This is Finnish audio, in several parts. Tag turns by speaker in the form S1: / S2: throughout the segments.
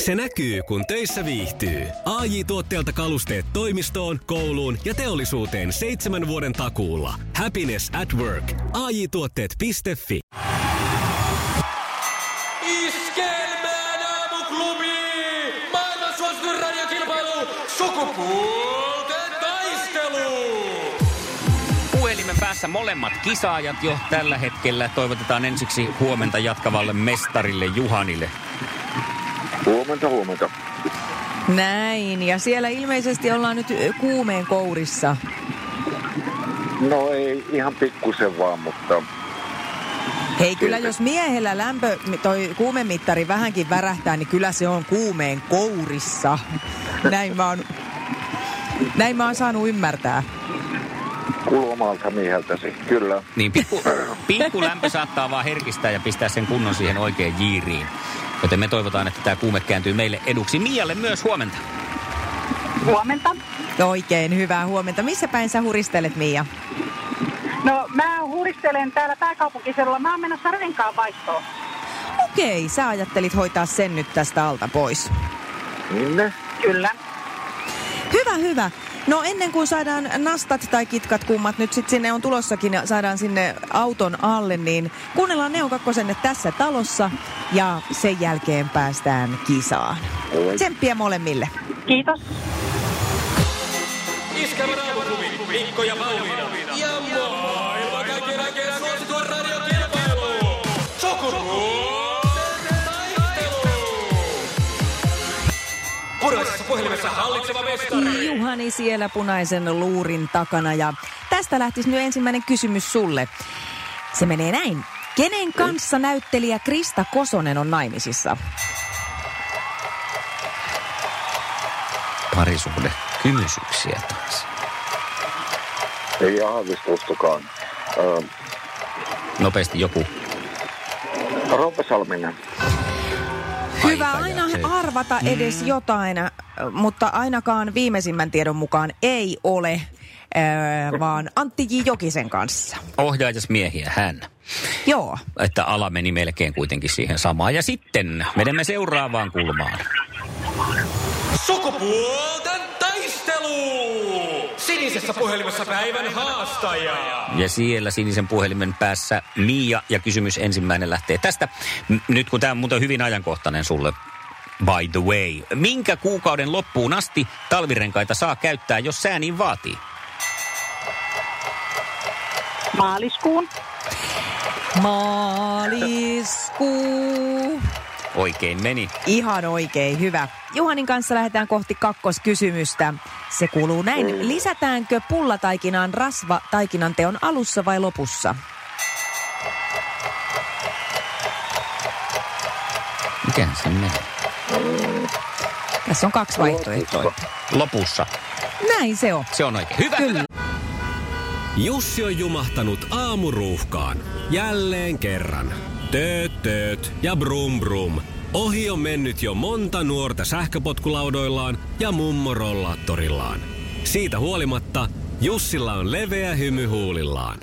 S1: Se näkyy, kun töissä viihtyy. ai tuotteelta kalusteet toimistoon, kouluun ja teollisuuteen seitsemän vuoden takuulla. Happiness at work. ai tuotteetfi
S2: Iskelmään aamuklubi! Maailman suosituin radiokilpailu! Sukupuolten taistelu!
S3: Puhelimen päässä molemmat kisaajat jo tällä hetkellä. Toivotetaan ensiksi huomenta jatkavalle mestarille Juhanille.
S4: Huomenta, huomenta.
S5: Näin, ja siellä ilmeisesti ollaan nyt ö, kuumeen kourissa.
S4: No ei ihan pikkusen vaan, mutta
S5: Hei, kyllä jos miehellä lämpö, toi kuumemittari vähänkin värähtää, niin kyllä se on kuumeen kourissa. Näin mä oon, näin mä oon saanut ymmärtää.
S4: kuulu omalta mieheltäsi. Kyllä,
S3: Niin pikku, pikku lämpö saattaa vaan herkistää ja pistää sen kunnon siihen oikein jiiriin. Joten me toivotaan, että tämä kuume kääntyy meille eduksi. Mialle myös huomenta.
S6: Huomenta.
S5: Oikein hyvää huomenta. Missä päin sä huristelet, Mia?
S6: No mä huristelen täällä pääkaupunkiseudulla. Mä oon menossa renkaan vaihtoon.
S5: Okei, sä ajattelit hoitaa sen nyt tästä alta pois.
S4: minne?
S6: Kyllä.
S5: Hyvä, hyvä. No ennen kuin saadaan nastat tai kitkat kummat nyt sit sinne on tulossakin ja saadaan sinne auton alle, niin kuunnellaan Neo Kakkosenne tässä talossa ja sen jälkeen päästään kisaan.
S4: Oi.
S5: Tsemppiä molemmille.
S6: Kiitos.
S2: Iskelmän aamuklubi, Mikko ja Pauliina. Ja maailman kaikkien aikeen suosituin radiokilpailu! Sukupuolten taistelu! Puraisessa puhelimessa hallitseva mestari.
S5: Juhani siellä punaisen luurin takana ja tästä lähtisi nyt ensimmäinen kysymys sulle. Se menee näin. Kenen kanssa näyttelijä Krista Kosonen on naimisissa?
S3: Parisuhde kymysyksiä taas.
S4: Ei aavistustakaan. Ö,
S3: Nopeasti joku.
S4: Roope Salminen.
S5: Hyvä
S3: Aika
S5: aina
S3: jäi.
S5: arvata edes mm. jotain, äh, mutta ainakaan viimeisimmän tiedon mukaan ei ole, äh, vaan Antti J. Jokisen kanssa.
S3: Ohjaajas miehiä hän.
S5: Joo,
S3: Että ala meni melkein kuitenkin siihen samaan. Ja sitten menemme seuraavaan kulmaan.
S2: Sukupuolten taistelu! Sinisessä puhelimessa päivän haastaja.
S3: Ja siellä sinisen puhelimen päässä Miia ja kysymys ensimmäinen lähtee tästä. M- Nyt kun tämä on muuten hyvin ajankohtainen sulle, by the way. Minkä kuukauden loppuun asti talvirenkaita saa käyttää, jos sää niin vaatii?
S6: Maaliskuun.
S5: maaliskuu.
S3: Oikein meni.
S5: Ihan oikein, hyvä. Juhanin kanssa lähdetään kohti kakkoskysymystä. Se kuuluu näin. Lisätäänkö pullataikinaan rasva taikinan teon alussa vai lopussa?
S3: Miten se meni?
S5: Tässä on kaksi vaihtoehtoa.
S3: Lopussa.
S5: Näin se on.
S3: Se on oikein. Hyvä.
S5: Kyllä.
S1: Jussi on jumahtanut aamuruuhkaan. Jälleen kerran. Tööt, tööt ja brum brum. Ohi on mennyt jo monta nuorta sähköpotkulaudoillaan ja mummorollaattorillaan. Siitä huolimatta Jussilla on leveä hymy huulillaan.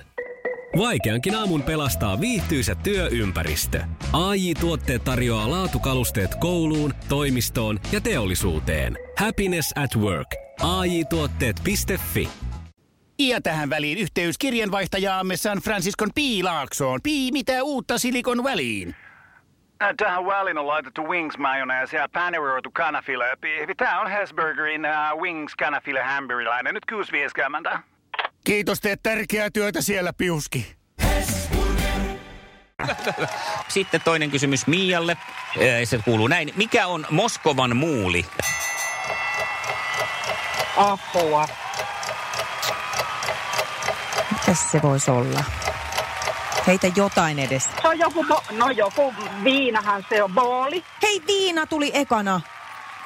S1: Vaikeankin aamun pelastaa viihtyisä työympäristö. AJ Tuotteet tarjoaa laatukalusteet kouluun, toimistoon ja teollisuuteen. Happiness at work. AJ Tuotteet.fi
S7: Ja tähän väliin yhteys kirjanvaihtajaamme San Franciscon Piilaaksoon. Pii, mitä uutta Silikon väliin?
S8: Ä, Äh, Tähän väliin on laitettu wings mayonnaise ja paneroitu kanafila. Tämä on Hesburgerin uh, wings kanafila hamburilainen. Nyt 6.50.
S7: Kiitos, teet tärkeää työtä siellä, Piuski.
S3: Sitten toinen kysymys Mialle. Ee, Se kuuluu näin. Mikä on Moskovan muuli?
S6: Apua.
S5: Mitäs se voisi olla? Heitä jotain edes.
S6: Se on joku, bo- no joku viinahan se on, booli.
S5: Hei, viina tuli ekana.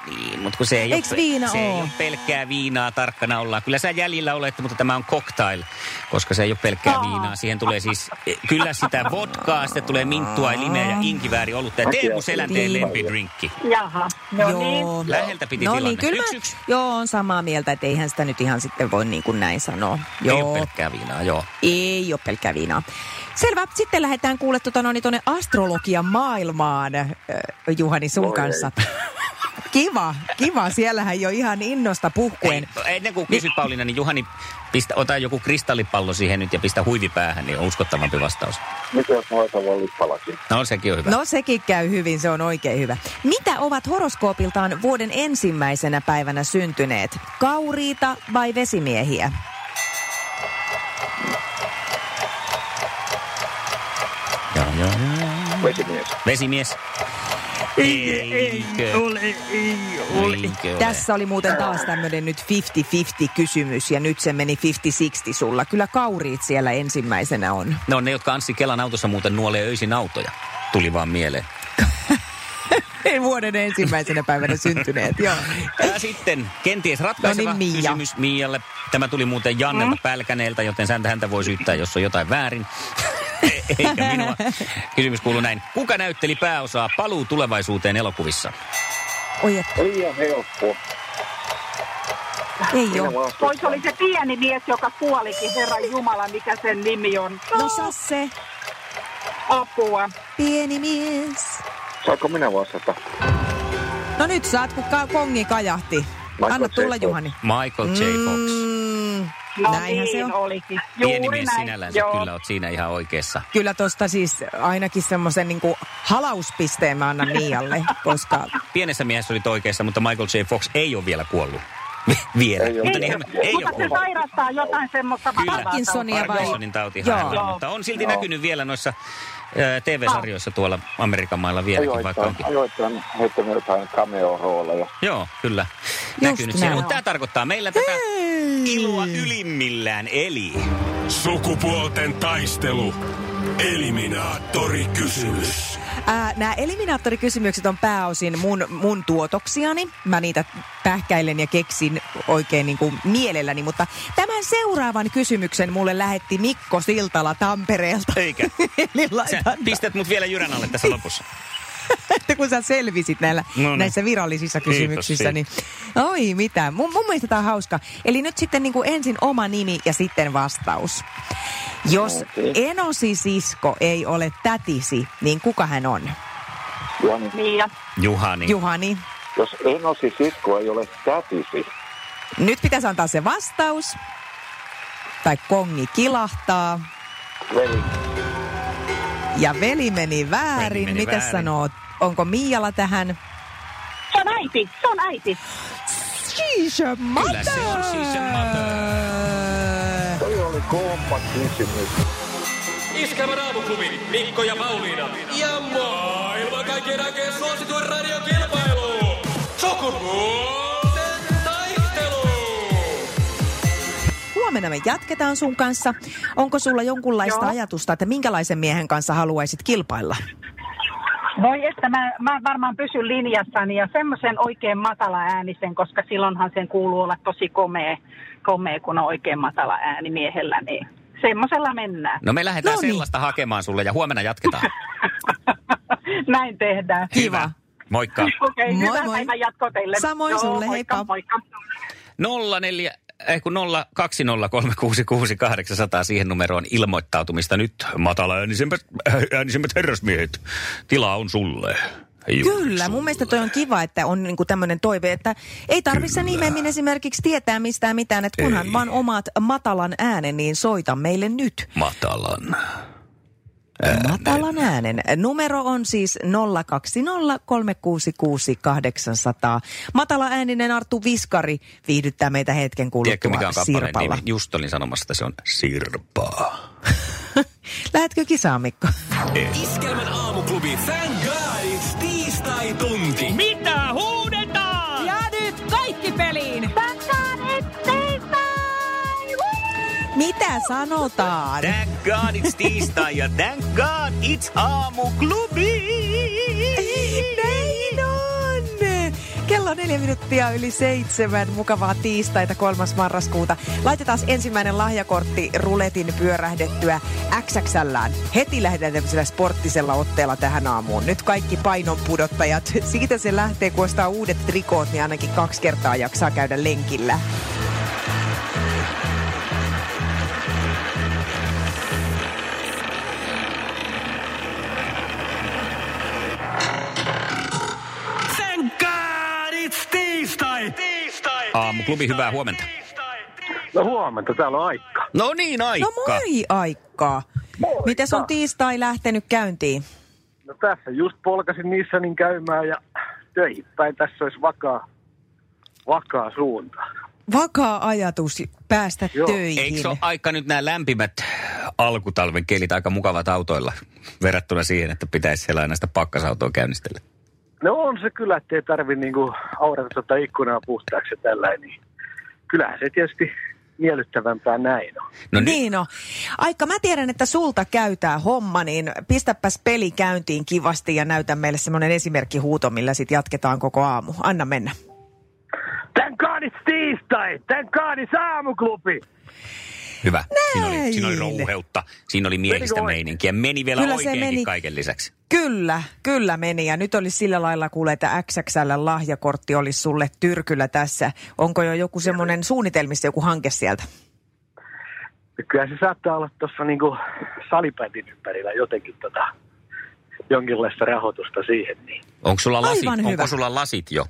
S3: Niin, mutta kun se ei,
S5: Eiks
S3: ole,
S5: viina
S3: se ei
S5: oo?
S3: ole pelkkää viinaa, tarkkana ollaan. Kyllä sä jäljillä olet, mutta tämä on cocktail, koska se ei ole pelkkää viinaa. Siihen tulee siis eh, kyllä sitä vodkaa, sitten tulee minttua, limeä ja inkivääri olutta. Ja Teemu Selänteen
S5: Niin.
S3: lempidrinkki.
S6: Jaha, no niin.
S3: Läheltä piti
S5: no
S3: tilanne.
S5: niin, kyllä
S3: Yksi,
S5: mä,
S3: yksi.
S5: Joo, on samaa mieltä, että eihän sitä nyt ihan sitten voi niin kuin näin sanoa.
S3: Joo.
S5: Joo,
S3: Ei ole pelkkää viinaa, joo.
S5: ei ole pelkkää viinaa. Selvä, sitten lähdetään tota kuule tuota, no, niin tuonne astrologian maailmaan, äh, Juhani, sun
S4: Voi
S5: kanssa. Kiva, kiva. Siellähän jo ihan innosta puhkuen.
S3: Ei, eh, ennen kuin kysyt Pauliina, niin Juhani, pistä, ota joku kristallipallo siihen nyt ja pistä huivipäähän, niin on uskottavampi vastaus.
S4: Mitä jos mä otan vaan lippalasin?
S3: No sekin on hyvä.
S5: No sekin käy hyvin, se on oikein hyvä. Mitä ovat horoskoopiltaan vuoden ensimmäisenä päivänä syntyneet? Kauriita vai vesimiehiä?
S3: Joo, joo, joo.
S4: Vesimies.
S3: Vesimies. Ei, ei, ei ole, ei ole. Eikö ole.
S5: Tässä oli muuten taas tämmöinen nyt 50-50 kysymys ja nyt se meni 50-60 sulla. Kyllä kauriit siellä ensimmäisenä on.
S3: No ne, jotka Anssi Kelan autossa muuten nuolee öisin autoja. Tuli vaan mieleen.
S5: Vuoden ensimmäisenä päivänä syntyneet, joo.
S3: Ja sitten kenties ratkaiseva
S5: No niin, Mia.
S3: kysymys Mialle. Tämä tuli muuten Jannelta mm. Pälkäneeltä, joten häntä, häntä voi syyttää, jos on jotain väärin. Eikä minua. Kysymys kuuluu näin. Kuka näytteli pääosaa Paluu tulevaisuuteen elokuvissa?
S5: Oi, et,
S4: Liian helppo.
S5: ei
S4: Minä
S5: ole.
S6: Toi
S4: vastaan.
S6: se oli se pieni mies, joka kuolikin, Herra Jumala, mikä sen nimi on.
S5: No Sasse,
S6: Apua.
S5: pieni mies.
S4: Saanko minä vastata?
S5: No nyt saat, kun ka- kongi kajahti.
S4: Michael
S5: Anna tulla,
S4: J. Fox.
S5: Juhani.
S3: Michael J. Fox.
S5: Mm,
S6: No
S5: näinhän se
S6: niin
S5: on.
S6: olikin.
S3: Pieni
S6: Juuri
S3: mies
S6: näin,
S3: sinällänsä, kyllä oot siinä ihan oikeassa.
S5: Kyllä tosta siis ainakin semmoisen niinku halauspisteen mä annan Mialle, koska
S3: Pienessä miehessä olit oikeassa, mutta Michael J. Fox ei ole vielä kuollut. vielä.
S4: Ei ole.
S3: mutta
S4: Ei
S3: niinhän,
S4: ole.
S3: ei
S6: Mutta
S3: ole
S6: se
S3: kuollut.
S6: sairastaa jotain semmoista
S3: Kyllä.
S6: vakavaa
S5: Parkinsonia
S6: tautia.
S5: vai-
S3: Parkinsonin tauti
S5: Joo.
S3: hänellä,
S6: Joo.
S3: mutta on silti
S4: Joo.
S3: näkynyt vielä noissa ö, TV-sarjoissa tuolla Amerikan mailla vieläkin, vaikka
S4: Ajoittain,
S3: onkin.
S4: ajoittain heittämme jotain cameo-rooleja.
S3: Joo, kyllä. Näkynyt
S5: näin.
S3: siellä. Mutta tämä tarkoittaa meillä tätä iloa ylimmillään, eli...
S1: Sukupuolten taistelu. Eliminaattori kysymys.
S5: Nämä eliminaattorikysymykset on pääosin mun, mun tuotoksiani. Mä niitä pähkäilen ja keksin oikein niin kuin mielelläni, mutta tämän seuraavan kysymyksen mulle lähetti Mikko Siltala Tampereelta.
S3: Eikä.
S5: Eli
S3: Sä
S5: laitan,
S3: pistät mut vielä jyrän alle tässä lopussa.
S5: että kun sä selvisit näillä,
S3: No
S5: no,
S3: niin.
S5: näissä virallisissa
S3: Kiitos
S5: kysymyksissä,
S3: siitä.
S5: niin oi mitä. Mun, mun mielestä tämä on hauska. Eli nyt sitten niin kuin ensin oma nimi ja sitten vastaus. Jos
S4: Okei.
S5: enosi sisko ei ole tätisi, niin kuka hän on?
S4: Juhani,
S6: Mia.
S3: Juhani.
S5: Juhani.
S4: jos enosi sisko ei ole tätisi,
S5: Nyt pitäisi antaa se vastaus. Tai kongi kilahtaa.
S4: veli,
S5: Ja veli meni väärin.
S3: Veli meni
S5: Miten
S3: väärin.
S5: sanoo? Onko Miijalla tähän?
S6: Se on äiti, se on äiti.
S5: She's a
S3: Kyllä se on, she's a
S5: mother.
S4: toi oli kompa kysymys.
S2: Iskelmän aamuklubi, Mikko ja Pauliina. Ja maailman kaikkien aikeen suosituen radiokilpailu. Sukupuolten taistelu.
S5: Huomenna me jatketaan sun kanssa. Onko sulla jonkunlaista
S6: Joo.
S5: ajatusta, että minkälaisen miehen kanssa haluaisit kilpailla?
S6: Voi että mä, mä varmaan pysyn linjassani ja semmoisen oikein matala äänisen, koska silloinhan sen kuuluu olla tosi komea, komea kun on oikein matala ääni miehellä, niin semmoisella mennään.
S3: No me lähdetään
S5: No niin.
S3: sellaista hakemaan sulle ja huomenna jatketaan.
S6: Näin tehdään.
S5: Kiva.
S3: Moikka.
S6: Okei,
S5: Moi,
S6: okay, hyvää
S5: moi.
S6: päivän jatkoa teille.
S5: Samoin
S6: Joo,
S5: sulle,
S6: moikka,
S5: heippa.
S6: Moikka.
S3: 04, ei kun 020366800 siihen numeroon ilmoittautumista nyt. Matala äänisimmät, äänisimmät herrasmiehet, tila on sulle. Juuri
S5: Kyllä,
S3: sulle.
S5: mun mielestä toi on kiva, että on niinku tämmöinen toive, että ei tarvitse sen ihmeemmin esimerkiksi tietää mistään mitään, että kunhan
S3: Ei.
S5: vaan omat matalan äänen, niin soita meille nyt.
S3: Matalan.
S5: Matalan äänen. Numero on siis 020366800. Matala ääninen Arttu Viskari viihdyttää meitä hetken
S3: Tiedätkö
S5: kuluttua
S3: mikä on kappaleen
S5: Sirpalla.
S3: nimi? Just olin sanomassa, että se on Sirpaa.
S5: Lähetkö kisaan, Mikko?
S1: Iskelmän aamuklubi Thank God it's tiistai tunti.
S2: Mitä huudetaan?
S5: Ja nyt kaikki peliin! Mitä sanotaan?
S3: Thank God it's tiistai ja thank God it's aamuklubi.
S5: Näin on! Kello on neljä minuuttia yli seitsemän. Mukavaa tiistaita 3. marraskuuta. Laitetaan ensimmäinen lahjakortti ruletin pyörähdettyä XXLään. Heti lähdetään tämmöisellä sporttisella otteella tähän aamuun. Nyt kaikki painon pudottajat. Siitä se lähtee, kun ostaa uudet trikoot, niin ainakin kaksi kertaa jaksaa käydä lenkillä.
S2: Thank God it's It's tiistai! Tiistai!
S3: Aamuklubi, hyvää huomenta.
S4: No huomenta, täällä on Aikka.
S3: No niin,
S5: No
S3: aika.
S5: moi Aikka.
S4: Moikka.
S5: Miten on tiistai lähtenyt käyntiin?
S4: No tässä just polkasin Nissanin käymään ja töihin päin. Tässä olisi vakaa, vakaa suunta.
S5: Vakaa ajatus päästä
S4: Joo.
S5: töihin.
S3: Eikö se ole aika nyt nämä lämpimät alkutalven kelit aika mukavat autoilla verrattuna siihen, että pitäisi siellä aina sitä pakkasautoa käynnistellä?
S4: No on se kyllä, ettei tarvi niinku aurata tuota ikkunaa puhtaaksi ja tällainen. Niin. Kyllähän se tietysti miellyttävämpää näin on.
S3: No nyt-
S5: niin on. Aika, mä tiedän, että sulta käytää homma, niin pistäpäs peli käyntiin kivasti ja näytä meille semmoinen esimerkkihuuto, millä sit jatketaan koko aamu. Anna mennä.
S4: Tän kaadis tiistai! Tän kaadis aamuklubi!
S3: Hyvä. Siinä oli, siinä oli
S5: Näin.
S3: rouheutta, siinä oli miehistä
S4: Menikö
S3: meininkiä. Meni vielä
S5: Kyllä se
S3: oikeinkin
S5: meni.
S3: kaiken lisäksi.
S5: Kyllä, kyllä meni. Ja nyt olisi sillä lailla kuule, että XXL lahjakortti olisi sulle tyrkyllä tässä. Onko jo joku semmoinen suunnitelmissa joku hanke sieltä?
S4: Kyllä se saattaa olla tuossa niinku salibändin ympärillä jotenkin tota, jonkinlaista rahoitusta siihen. Niin.
S3: Onko sulla lasit,
S5: Aivan
S3: onko
S5: hyvä.
S3: sulla lasit jo?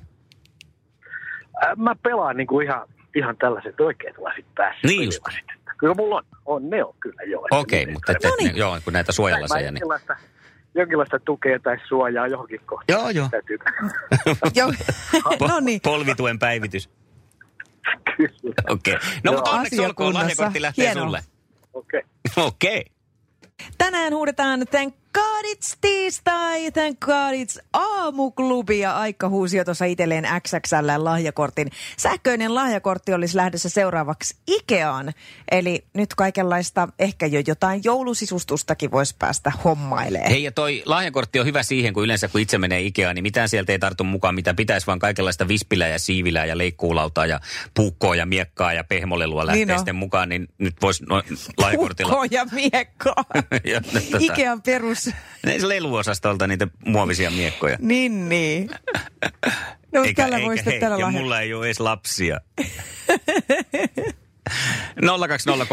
S4: Ää, Mä pelaan niinku ihan, ihan tällaiset oikeat lasit päässä.
S3: Niin just.
S4: Pelilasit. Kyllä mulla on, on ne on kyllä joo.
S3: Okei, okay, mutta ette,
S5: No niin.
S3: joo, kun näitä
S4: Mä
S3: suojalaseja, niin...
S4: jonkinlaista, jonkinlaista tukea tai suojaa johonkin kohtaan.
S3: Joo, joo.
S4: Täytyy
S5: Joo. no niin.
S3: Polvituen päivitys.
S4: kyllä.
S3: Okei. Okay. No,
S4: Joo.
S3: mutta onneksi
S5: Asia
S3: olkoon,
S5: kunnossa.
S3: lahjakortti lähtee
S5: Hienoa.
S3: sulle.
S4: Okei.
S3: Okei. Okay.
S5: Tänään huudetaan Thank God it's tiistai, Thank God it's aamuklubi ja Aikka huusi jo tuossa itselleen XXL lahjakortin. Sähköinen lahjakortti olisi lähdössä seuraavaksi Ikeaan, eli nyt kaikenlaista, ehkä jo jotain joulusisustustakin voisi päästä hommailemaan.
S3: Hei ja toi lahjakortti on hyvä siihen, kun yleensä kun itse menee Ikeaan, niin mitään sieltä ei tartu mukaan, mitä pitäisi, vaan kaikenlaista vispilää ja siivilää ja leikkuulautaa ja puukkoa ja miekkaa ja pehmolelua lähtee
S5: Niin on.
S3: sitten mukaan, niin nyt voisi no, lahjakortilla...
S5: Kukko ja miekko.
S3: Ja tätä-
S5: Ikean perus.
S3: Ne leluosastolta niitä muovisia miekkoja.
S5: Niin, niin. No, eikä, tällä voi sitten
S3: hei,
S5: tällä
S3: ja
S5: lahja-
S3: mulla ei ole edes lapsia.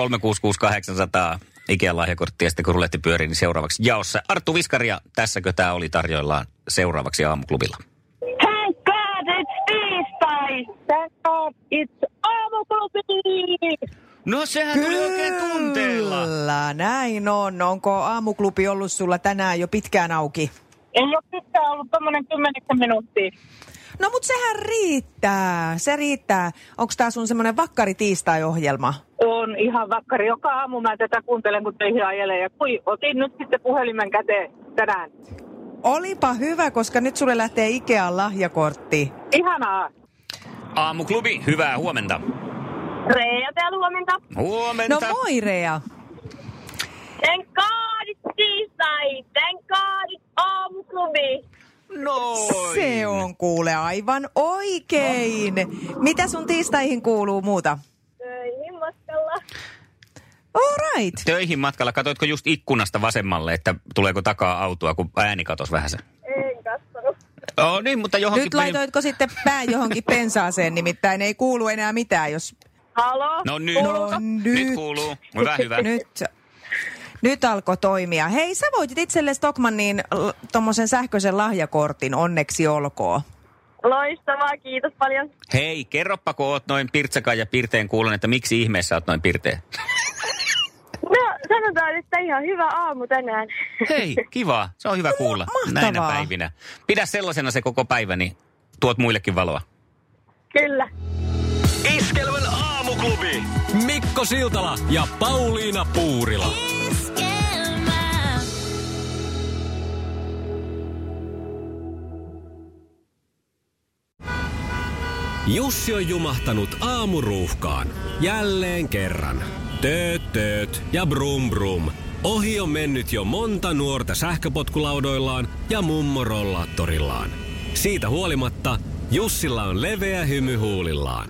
S3: 020366800 Ikean lahjakortti ja sitten kun ruletti pyörii, niin seuraavaksi jaossa. Arttu Viskari ja tässäkö tämä oli tarjoillaan seuraavaksi aamuklubilla.
S6: Thank God it's tiistai! Thank God it's aamuklubi!
S3: No sehän tuli oikein tunteella.
S5: Kyllä, näin on. Onko aamuklubi ollut sulla tänään jo pitkään auki?
S6: Ei ole pitkään ollut tuommoinen kymmenisen minuuttia.
S5: No mut sehän riittää, se riittää. Onko tää sun semmonen vakkari tiistai-ohjelma?
S6: On ihan vakkari. Joka aamu mä tätä kuuntelen, kun töihin ajelen. Ja kui, otin nyt sitten puhelimen käteen tänään.
S5: Olipa hyvä, koska nyt sulle lähtee Ikean lahjakortti.
S6: Ihanaa.
S3: Aamuklubi, hyvää huomenta.
S6: Reija täällä huomenta.
S5: No
S3: Huomenta.
S5: moi Rea.
S6: Thank God it's tiistai. Thank God it's aamuklubi.
S3: Noin.
S5: Se on kuule aivan oikein. Mitä sun tiistaihin kuuluu muuta?
S6: Töihin matkalla.
S5: All right.
S3: Töihin matkalla, katoitko just ikkunasta vasemmalle, että tuleeko takaa autoa, kun ääni katos vähän se?
S6: En kattonut.
S3: Oh, niin, mutta johonkin...
S5: Nyt
S3: meni-
S5: laitoitko sitten pää johonkin pensaaseen, nimittäin ei kuulu enää mitään, jos...
S6: Halo?
S3: No nyt.
S5: No
S3: Nyt
S5: nyt.
S3: kuuluu. Hyvä, No hyvä.
S5: Nyt, nyt alkoi toimia. Hei, sä voitit itselle Stockmannin tuommoisen sähköisen lahjakortin, onneksi olkoon.
S6: Loistavaa, kiitos paljon.
S3: Hei, kerroppa, kun oot noin pirtsakan ja pirteen kuulun, että miksi ihmeessä oot noin pirteä?
S6: No, sanotaan, että ihan hyvä aamu tänään.
S3: Hei, kiva. Se on hyvä kuulla
S5: No, mahtavaa.
S3: näinä päivinä. Pidä sellaisena se koko päivä, niin tuot muillekin valoa.
S6: Kyllä.
S2: Iskelmän aamuklubi.
S1: Mikko Siltala ja Pauliina Puurila. Jussi on jumahtanut aamuruuhkaan. Jälleen kerran. Tööt, tööt ja brum brum. Ohi on mennyt jo monta nuorta sähköpotkulaudoillaan ja mummorollaattorillaan. Siitä huolimatta Jussilla on leveä hymy huulillaan.